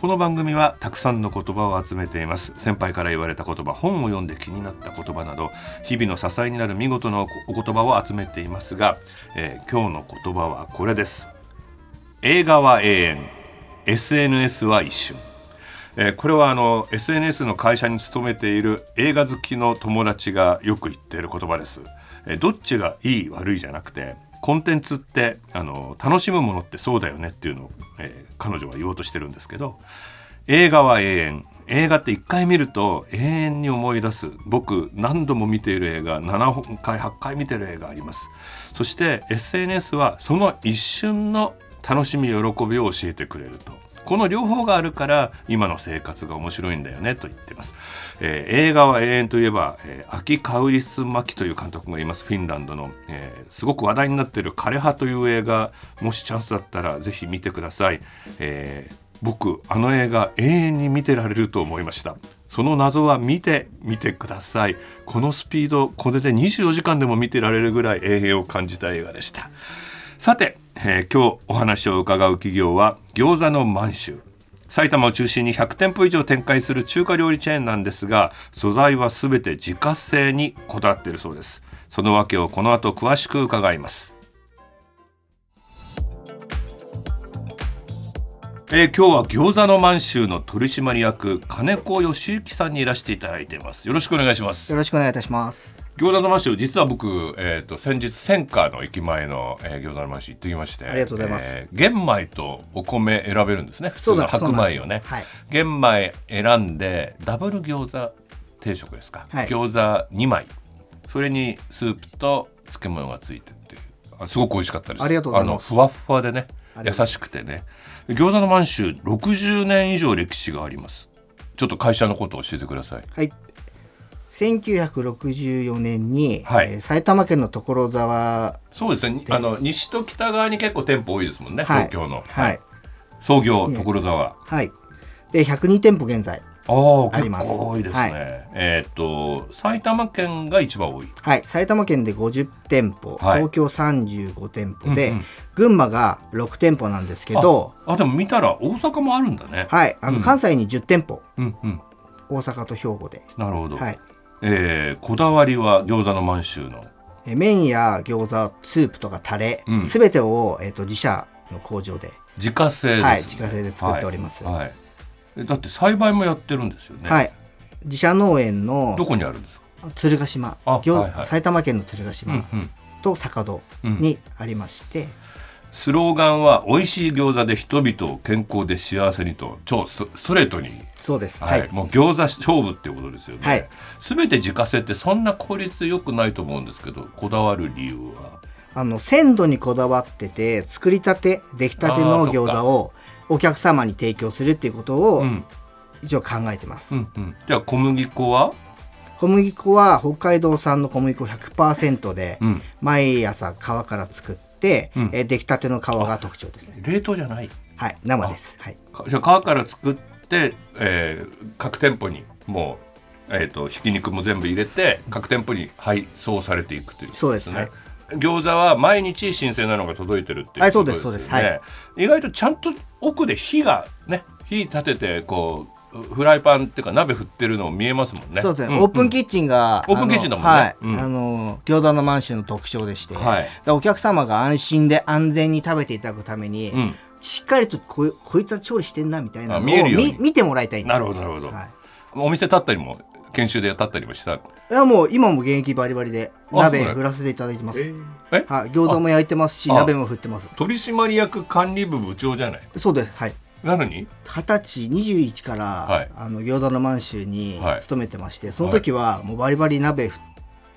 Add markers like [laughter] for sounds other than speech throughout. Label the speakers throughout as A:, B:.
A: この番組はたくさんの言葉を集めています先輩から言われた言葉本を読んで気になった言葉など日々の支えになる見事なお言葉を集めていますが、えー今日の言葉はこれです映画は永遠 SNS は一瞬えーこれはあの SNS の会社に勤めている映画好きの友達がよく言っている言葉です、えーどっちがいい悪いじゃなくてコンテンツってあの楽しむものってそうだよねっていうのを、えー彼女は言おうとしてるんですけど映画は永遠映画って1回見ると永遠に思い出す僕何度も見ている映画7本回8回見てる映画ありますそして SNS はその一瞬の楽しみ喜びを教えてくれるとこの両方があるから今の生活が面白いんだよねと言ってます、えー映画は永遠といえば、えーアキ・カウリス・マキという監督がいますフィンランドの、えーすごく話題になっている「枯葉」という映画もしチャンスだったらぜひ見てください、えー僕あの映画永遠に見てられると思いましたその謎は見てみてくださいこのスピードこれで24時間でも見てられるぐらい永遠を感じた映画でしたさて、えー今日お話を伺う企業は餃子の満州埼玉を中心に100店舗以上展開する中華料理チェーンなんですが素材は全て自家製にこだわっているそうですその訳をこの後詳しく伺いますえー今日は餃子の満州の取締役金子義行さんにいらしていただいていますよろしくお願いします
B: よろしくお願いいたします。
A: 餃子の満州実は僕、えー、と先日千川の駅前の、えー、餃子の満州行ってきましてあ
B: りがとうございます
A: 玄米とお米選べるんですね普通
B: そう
A: の
B: だ
A: 白米をね、
B: そうなんで
A: 玄米選んでダブル餃子定食ですか、
B: はい
A: 餃子2枚それにスープと漬物がついてっていうあすごく美味しかったです
B: ありがとうございます
A: あのふわっふわでね
B: あり
A: 優
B: がと
A: しくてね餃子の満州60年以上歴史がありますちょっと会社のことを教えてください
B: はい。1964年に、
A: はい
B: えー埼玉県の所沢、
A: そうですね。あの西と北側に結構店舗多いですもんね。
B: はい
A: 東京の、
B: はい、
A: 創業所沢。
B: はい。で、102店舗現在。
A: ああ
B: あ
A: 結
B: ります
A: 構多いですね。
B: はい
A: えーっと埼玉県が一番多い。
B: はい、埼玉県で50店舗、
A: はい
B: 東京35店舗で、
A: うんうん
B: 群馬が6店舗なんですけど、
A: ああでも見たら大阪もあるんだね。
B: はい、あの関西に10店舗、
A: うんうん。
B: 大阪と兵庫で、
A: なるほど。
B: はい
A: えーこだわりは餃子の満州の。
B: えー麺や餃子、スープとかタレ
A: うん、
B: すべ、てを、えー、と自社の工場で、
A: 自家製です、ね
B: はい自家製で作っております
A: はいはいえだって栽培もやってるんですよね。
B: はい、自社農園の
A: どこにあるんですか。
B: 鶴ヶ島、
A: あ
B: 行
A: はいはい
B: 埼玉県の鶴ヶ島
A: うんうん
B: と坂戸にありまして、
A: スローガンは美味しい餃子で人々を健康で幸せにと超スストレートに
B: そうです
A: は、
B: はいい、
A: もう餃子勝負っていうことですよね。
B: はい
A: 全て自家製ってそんな効率良くないと思うんですけど、こだわる理由は。
B: あの鮮度にこだわってて作りたて出来たて
A: あー
B: の
A: そっか
B: 餃子をお客様に提供するっていうことを
A: うん、
B: 一応考えてます、
A: うん、うん。じゃあ小麦粉は、
B: 小麦粉は北海道産の小麦粉100%で、
A: うん、
B: 毎朝皮から作って、
A: うん
B: えー出来たての皮が特徴ですね
A: 冷凍じゃない。
B: はい生ですはい
A: かじゃあ皮から作って、えー各店舗にもうえっ、とひき肉も全部入れて各店舗に配送されていくという、
B: そうですはい。
A: 餃子は毎日新鮮なのが届いてるってい
B: は
A: う
B: い
A: こ
B: そ
A: と
B: う
A: で
B: で
A: す
B: す
A: よね。
B: そうで
A: 意外とちゃんと奥で火がね火立ててこうフライパンっていうか鍋振ってるのも見えますもんね。
B: そうですね、
A: んん
B: オープンキッチンが、
A: オープンキッチンだもんね
B: あのはい、
A: うん
B: あの餃子の満州の特徴でして、
A: はい
B: だからお客様が安心で安全に食べていただくために、
A: うん
B: しっかりとこいこいつは調理してんなみたいなの
A: あ
B: を
A: 見えるように
B: み見てもらいたい
A: なる
B: ほ
A: ほどなるほど、
B: はい
A: お店立ったりも研修で立ったりもした
B: いやもう今も現役バリバリで
A: あ
B: 鍋
A: そうなんだ
B: 振らせていただいてます、
A: え
B: はい、餃子も焼いてますし
A: あ
B: 鍋も振ってます
A: 取締役管理部部長じゃない
B: そうですはい
A: なのに
B: 二十歳21から、
A: はい
B: あの餃子の満州に
A: はい
B: 勤めてまして、その時はもうバリバリ鍋振っ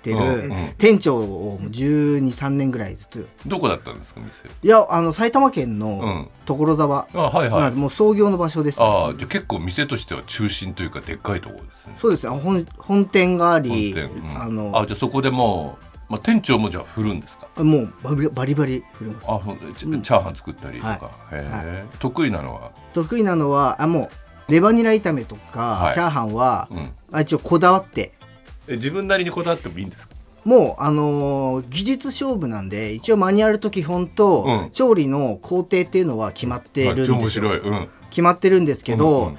B: てる、
A: うんうん
B: 店長を1 2 3年ぐらいずつ
A: どこだったんですか店
B: いやあの埼玉県
A: うん
B: の所沢、
A: あはい
B: な
A: は
B: ん
A: い
B: でもう創業の場所です、ね、
A: ああじゃあ結構店としては中心というかでっかいところですね
B: そうですね本本店があり
A: 本店うん
B: あの
A: あじゃあそこでもうまあ、店長もじゃあ振るんですか
B: もうバリバリバリ振ります
A: あほんチ,、チャーハン作ったりとか、
B: は
A: へえ得意なのは
B: 得意なのはあもうレバニラ炒めとか、
A: はい
B: チャーハンは、
A: うん
B: あ一応こだわって
A: え自分なりにこだわってもいいんですか
B: もうあのー技術勝負なんで一応マニュアルと基本と、
A: うん
B: 調理の工程っていうのは決まってるんですよ、
A: はい面白い、うん、
B: 決まってるんですけど、
A: うんうん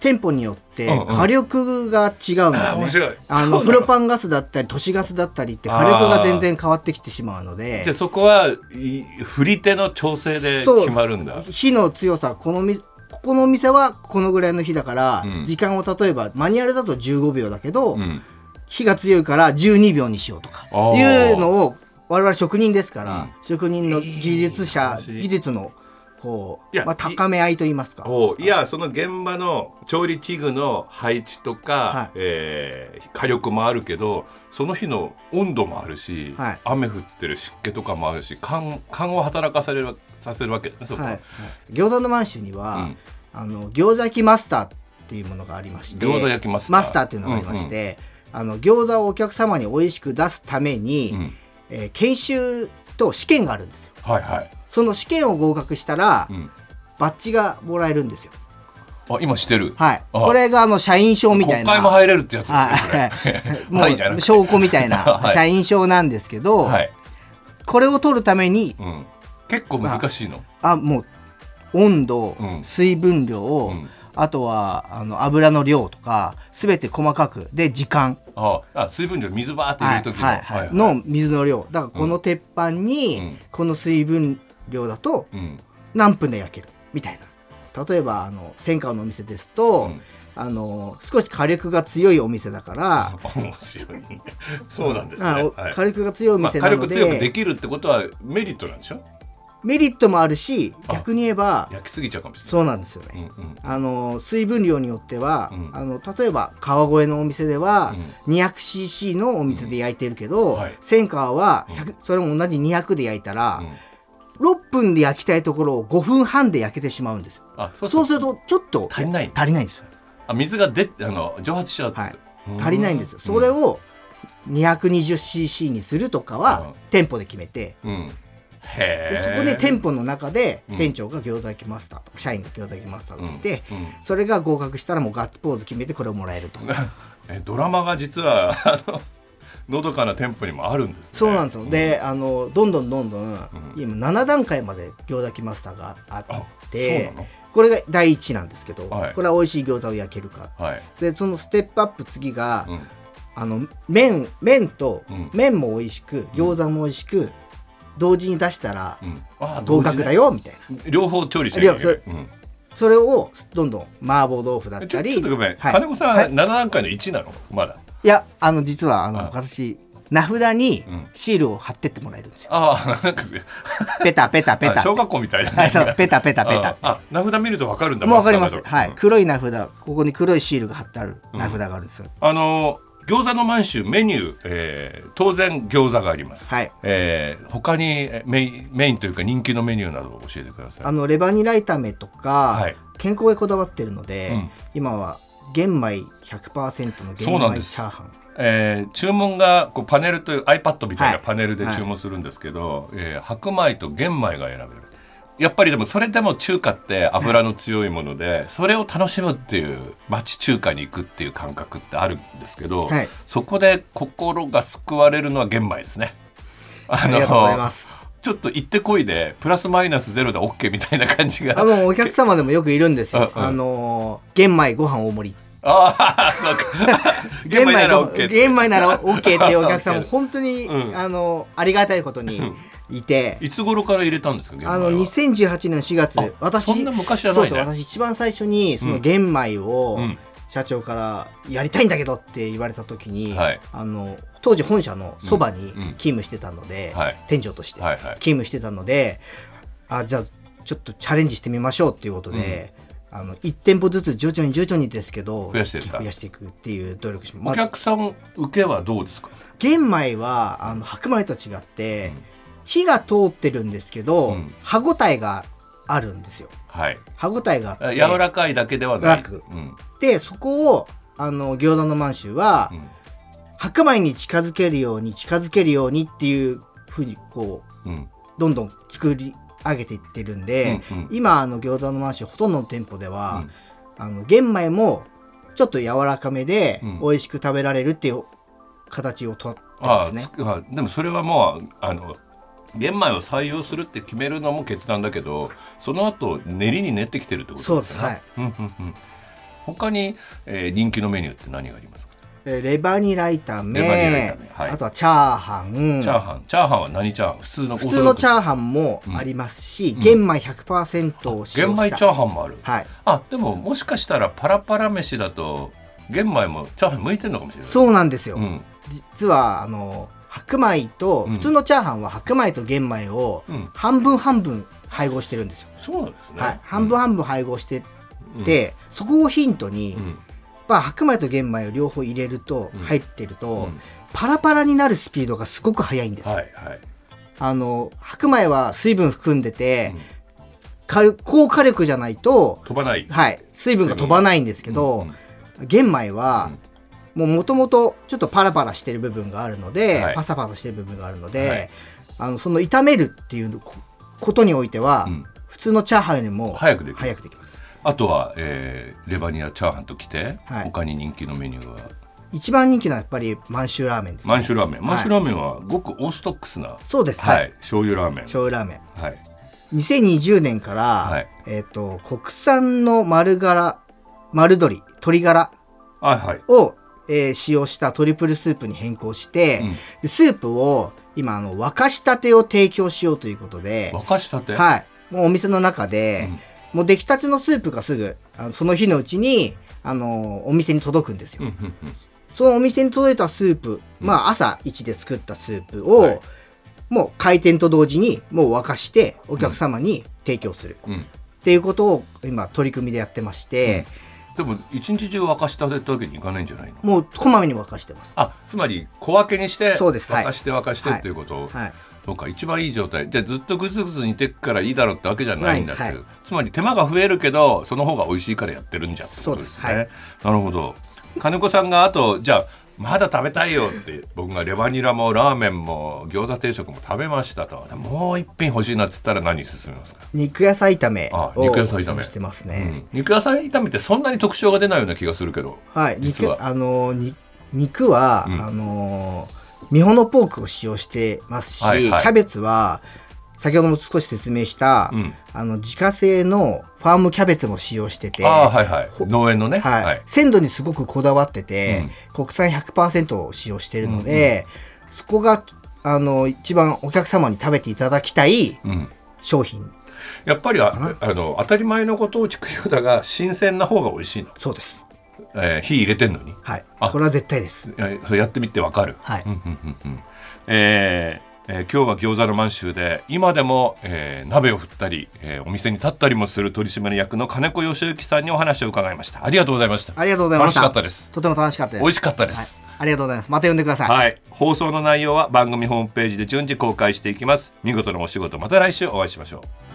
B: 店舗によって
A: うんうん
B: 火力が違うんで
A: あー
B: すね、
A: 面白い
B: あ
A: そうな
B: の
A: の
B: プロパンガスだったり都市ガスだったりって火力が全然変わってきてしまうので
A: じゃあそこはい振り手の調整で決まるんだ
B: 火の強さこのみここのお店はこのぐらいの火だから、
A: うん
B: 時間を例えばマニュアルだと15秒だけど、
A: うん
B: 火が強いから12秒にしようとか
A: あー
B: いうのを我々職人ですから、職人の技術者、
A: えー
B: 技術のこ
A: いや
B: う、まあ、高め合いと言いますか
A: おういやその現場の調理器具の配置とか、
B: はい
A: えー火力もあるけどその日の温度もあるし、
B: はい
A: 雨降ってる湿気とかもあるし勘勘を働かされるさせるわけですねそこは、
B: はい、餃子の満州には、
A: うん
B: あの餃子焼きマスターっていうものがありまして
A: 餃子焼きマスター
B: っていうのがありまして、あの餃子をお客様に美味しく出すために、
A: うん
B: えー研修と試験があるんですよ
A: はいはい、
B: その試験を合格したら、
A: うん、
B: バッジがもらえるんですよ
A: あ今してる、
B: はい
A: あ
B: これがあの社員証みたいな
A: 国会も入れるってやつですね、 [laughs]
B: はい、
A: これはいじゃな
B: もう
A: くて
B: 証拠みたいな
A: はい
B: 社員証なんですけど、
A: はい
B: これを取るために
A: うん、結構難しいの、
B: あもう温度、
A: うん
B: 水分量
A: う
B: を、
A: ん
B: あとはあの油の量とか全て細かくで時間
A: ああ水分量水バーって入れる時の、
B: はいはいはいの水の量だからこの鉄板に、
A: うん
B: この水分量だと
A: うん
B: 何分で焼けるみたいな例えばあの戦火のお店ですと、
A: うん
B: あの少し火力が強いお店だから、
A: 面白い [laughs] ねそうなんですね、
B: あお
A: はい
B: 火力が強いお
A: まあ、
B: 店
A: 火
B: な
A: 力
B: ので,、
A: 強くできるってことはメリットなんでしょ
B: メリットもあるし
A: あ
B: 逆に言えば
A: 焼きすぎちゃうかもしれ
B: そうなんですよね、
A: ない。うんうん
B: あの水分量によっては、
A: うん
B: あの例えば川越のお店では、200cc のお水で焼いてるけど、
A: うんはい
B: センカーは100、それも同じ200で焼いたら、
A: うん
B: 6分で焼きたいところを5分半で焼けてしまうんですよ
A: あそう
B: そ
A: そう
B: うするとちょっと
A: 足りない
B: 足りないんですよ、
A: あ水が出あの蒸発しちゃうって、
B: はい
A: うん
B: 足りないんですよそれを 220cc にするとかは、
A: うん
B: 店舗で決めて
A: うん、うん
B: で
A: へ
B: そ
A: え
B: こで店舗の中で
A: うん
B: 店長が餃子焼きマスターとか社員が餃子焼きマスターって言っ
A: う
B: て、
A: んうん
B: それが合格したらもうガッツポーズ決めてこれをもらえると。
A: [laughs] えドラマが実はあののどかな店舗にもあるんですね
B: そうなんですよ、であのどんどんどんどん、今7段階まで餃子きマスターがああって
A: そうなの
B: これが第一なんですけど、
A: はい
B: これは美味しい餃子を焼けるか
A: はい、
B: でそのステップアップ次が、
A: うん、
B: あの麺麺と、
A: うん
B: 麺も美味しく餃子も美味しく同時に出したら
A: うん、あ
B: 合格だ
A: よ
B: よみたいな
A: 両方調理しなきゃいけない
B: 両
A: うん
B: それをどんどん麻婆豆腐だっ
A: ち
B: た
A: ょ
B: り
A: ちょっとごめん、
B: はい
A: 金子さん、
B: は
A: 7段階の1なのまだ
B: いやあの実はあの
A: あ
B: 私名札に
A: ん
B: シールを貼ってってもらえるんですよ、
A: ああなんか
B: ペタペタペタ
A: あ小学校みたいな、
B: はいそうペタペタペタ
A: ああ名札見るとわかるんだ
B: もうわかりま
A: マ
B: す。
A: スター
B: は
A: が
B: い、黒い名札、ここに黒いシールが貼ってある名札があるんですよ。
A: あの餃子の満州メニュー、えー当然餃子があります。
B: はい
A: えー他にえメインメインというか人気のメニューなどを教えてください。
B: あのレバニラ炒めとか、
A: はい
B: 健康へこだわってるので、
A: うん
B: 今は玄米100%の
A: そう
B: 玄
A: なん
B: 米
A: で
B: チ
A: す
B: ャーハン。
A: えー注文がこうパネルという iPad みたい
B: は
A: ないパネルで注文するんですけど、えー白米と玄米が選べる。やっぱりでもそれでも中華って油の強いものでそれを楽しむっていう町中華に行くっていう感覚ってあるんですけど、
B: はい
A: そこで心が救われるのは玄米ですね。あ
B: ありがとうございます。
A: ちょっと行ってこいでプラスマイナスゼロで OK みたいな感じが
B: あのお客様でもよくいるんですよ。
A: うんうん
B: あのー玄米ご飯大盛り。
A: [laughs] ああそうか
B: [laughs]
A: 玄米なら OK って
B: 玄米なら OK っていう
A: [laughs]
B: お客様
A: OK
B: 本当に、
A: うん
B: あのーありがたいことにいて。
A: いつ頃から入れたんですか玄米は
B: あの2018年4月
A: あ
B: 私
A: そんな昔じゃないね
B: そうそう私一番最初にその玄米を
A: うん
B: 社長から「やりたいんだけど」って言われた時に、
A: はい
B: あの当時本社のそばに
A: ん
B: 勤務してたので、
A: はい
B: 店長として
A: はいは
B: 勤
A: い
B: 務してたので、あじゃあちょっとチャレンジしてみましょうっていうことで、あの1店舗ずつ徐々に徐々にですけど
A: 増やしてった
B: 増やしていくっていう努力しま
A: お
B: まあ、
A: 客さん受けはどうですか、
B: 玄米はあの白米と違って、火が通ってるんですけど、
A: うん
B: 歯ごたえがあるんですよ
A: はい
B: 歯ごたえがあって
A: 柔らかいだけではない
B: 楽
A: うん
B: でそこをあの餃子の満州は、
A: うん
B: 白米に近づけるように近づけるようにっていうふうにこう
A: うん
B: どんどん作り上げていってるんで、
A: うんうん
B: 今あの餃子のマンションほとんどの店舗では、あの玄米もちょっと柔らかめで
A: うん
B: 美味しく食べられるっていう形をとってま
A: あ
B: す
A: あ
B: ね
A: つ。あでもそれはもうあの玄米を採用するって決めるのも決断だけどその後練りに練ってきてるってこ
B: そ
A: と
B: う
A: で
B: ですす、
A: ね。
B: はい
A: うんうんうん他に、えー人気のメニューって何がありますか、
B: えーレバニラ炒め
A: レバニラ炒めはい
B: あとはチャーハン
A: チャーハンチャーハンは何チャーハン普通の
B: 普通のチ
A: ー
B: ャーハンもありますし、玄米100%を使用
A: 玄
B: した
A: 米チャーハンもある、
B: はい
A: あでももしかしたらパラパラ飯だと玄米もチャーハン向いてるのかもしれない
B: そうなんですよ、
A: うん
B: 実はあの白米と
A: うん
B: 普通のチャーハンは白米と玄米を
A: うん
B: 半分半分配合してるんですよ、
A: そうなんですね、
B: はい、半分半分配合してて、そこをヒントに、
A: うん、うん
B: まあ、白米と玄米を両方入れると、
A: うん
B: 入ってると、
A: うん
B: パラパラになるスピードがすごく速いんです、
A: はいはい
B: あの白米は水分含んでて、火高火力じゃないと、
A: 飛ばない
B: はい、水分が飛ばないんですけど、
A: うん
B: 玄米は、もともとちょっとパラパラしてる部分があるので、
A: はい
B: パサパサしてる部分があるので、
A: はい
B: あのその炒めるっていうこことにおいては、
A: うん
B: 普通のチャーハンよりも
A: 早くできる
B: 早くできます
A: あとは、えーレバニラチャーハンときて、
B: はい
A: 他に人気のメニューは
B: 一番人気なのはやっぱり満州ラーメンです、
A: 満州ラーメン満州ラーメンはごくオーソドックスな、
B: そうです
A: は
B: はいい、
A: 醤油ラーメン
B: 醤油ラーメン
A: はい
B: 2020年から、
A: はい
B: えっと国産の丸柄丸鶏鶏ガラ
A: はいはい
B: を、えー使用したトリプルスープに変更して、
A: うん
B: でスープを今あの沸かしたてを提供しようということで
A: 沸かしたて、
B: はい。もうお店の中で、もう出来たてのスープがすぐ、あのその日のうちに、あのお店に届くんですよ。
A: うんうんうん
B: そのお店に届いたスープ、まあ朝1で作ったスープを、
A: はい
B: もう開店と同時にもう沸かしてお客様に提供する、
A: うん
B: っていうことを今取り組みでやってまして、
A: でも一日中沸かしたてってわけにいかないんじゃないの
B: もうこまめに沸かしてます。
A: あつまり小分けにして
B: そうですはい
A: 沸かして沸かして
B: はい
A: っていうことを、
B: はい。
A: そうか一番いい状態じゃあずっとグズグズ煮てっからいいだろうってわけじゃないんだっていう、
B: はいは
A: つまり手間が増えるけどその方が美味しいからやってるんじゃんってことですね
B: そうで
A: なるほど金子さんがあとじゃあまだ食べたいよって僕がレバニラもラーメンも餃子定食も食べましたともう一品欲しいなっつったら何進めますか、
B: 肉野菜炒め
A: あ
B: を
A: 肉野菜炒め
B: おすすめしてますね。
A: うん肉野菜炒めってそんなに特徴が出ないような気がするけど
B: はい、
A: 実は
B: 肉あのに肉は、
A: うん
B: あの見本のポークを使用してますし、
A: はいはい
B: キャベツは先ほども少し説明した、
A: うん
B: あの自家製のファームキャベツも使用してて、
A: ああ
B: は
A: はいはい農園のね
B: い鮮度にすごくこだわってて、国産100%を使用しているので、そこがあの一番お客様に食べていただきたい
A: うん
B: 商品
A: やっぱりああの当たり前のことを聞くようだが新鮮な方が美味しいの、
B: そうです、
A: えー火入れてんのに
B: はい
A: あ、
B: これは絶対です、
A: いやそれやってみてわかる。
B: はい
A: うんうんうんうんえーえー今日は餃子の満州で今でも、えー鍋を振ったり、えーお店に立ったりもする取締役の金子義之さんにお話を伺いましたありがとうございました
B: ありがとうございました
A: 楽しかったです
B: とても楽しかったです
A: 美味しかったです、
B: はい、ありがとうございますまた呼んでください
A: はい、放送の内容は番組ホームページで順次公開していきます見事なお仕事また来週お会いしましょう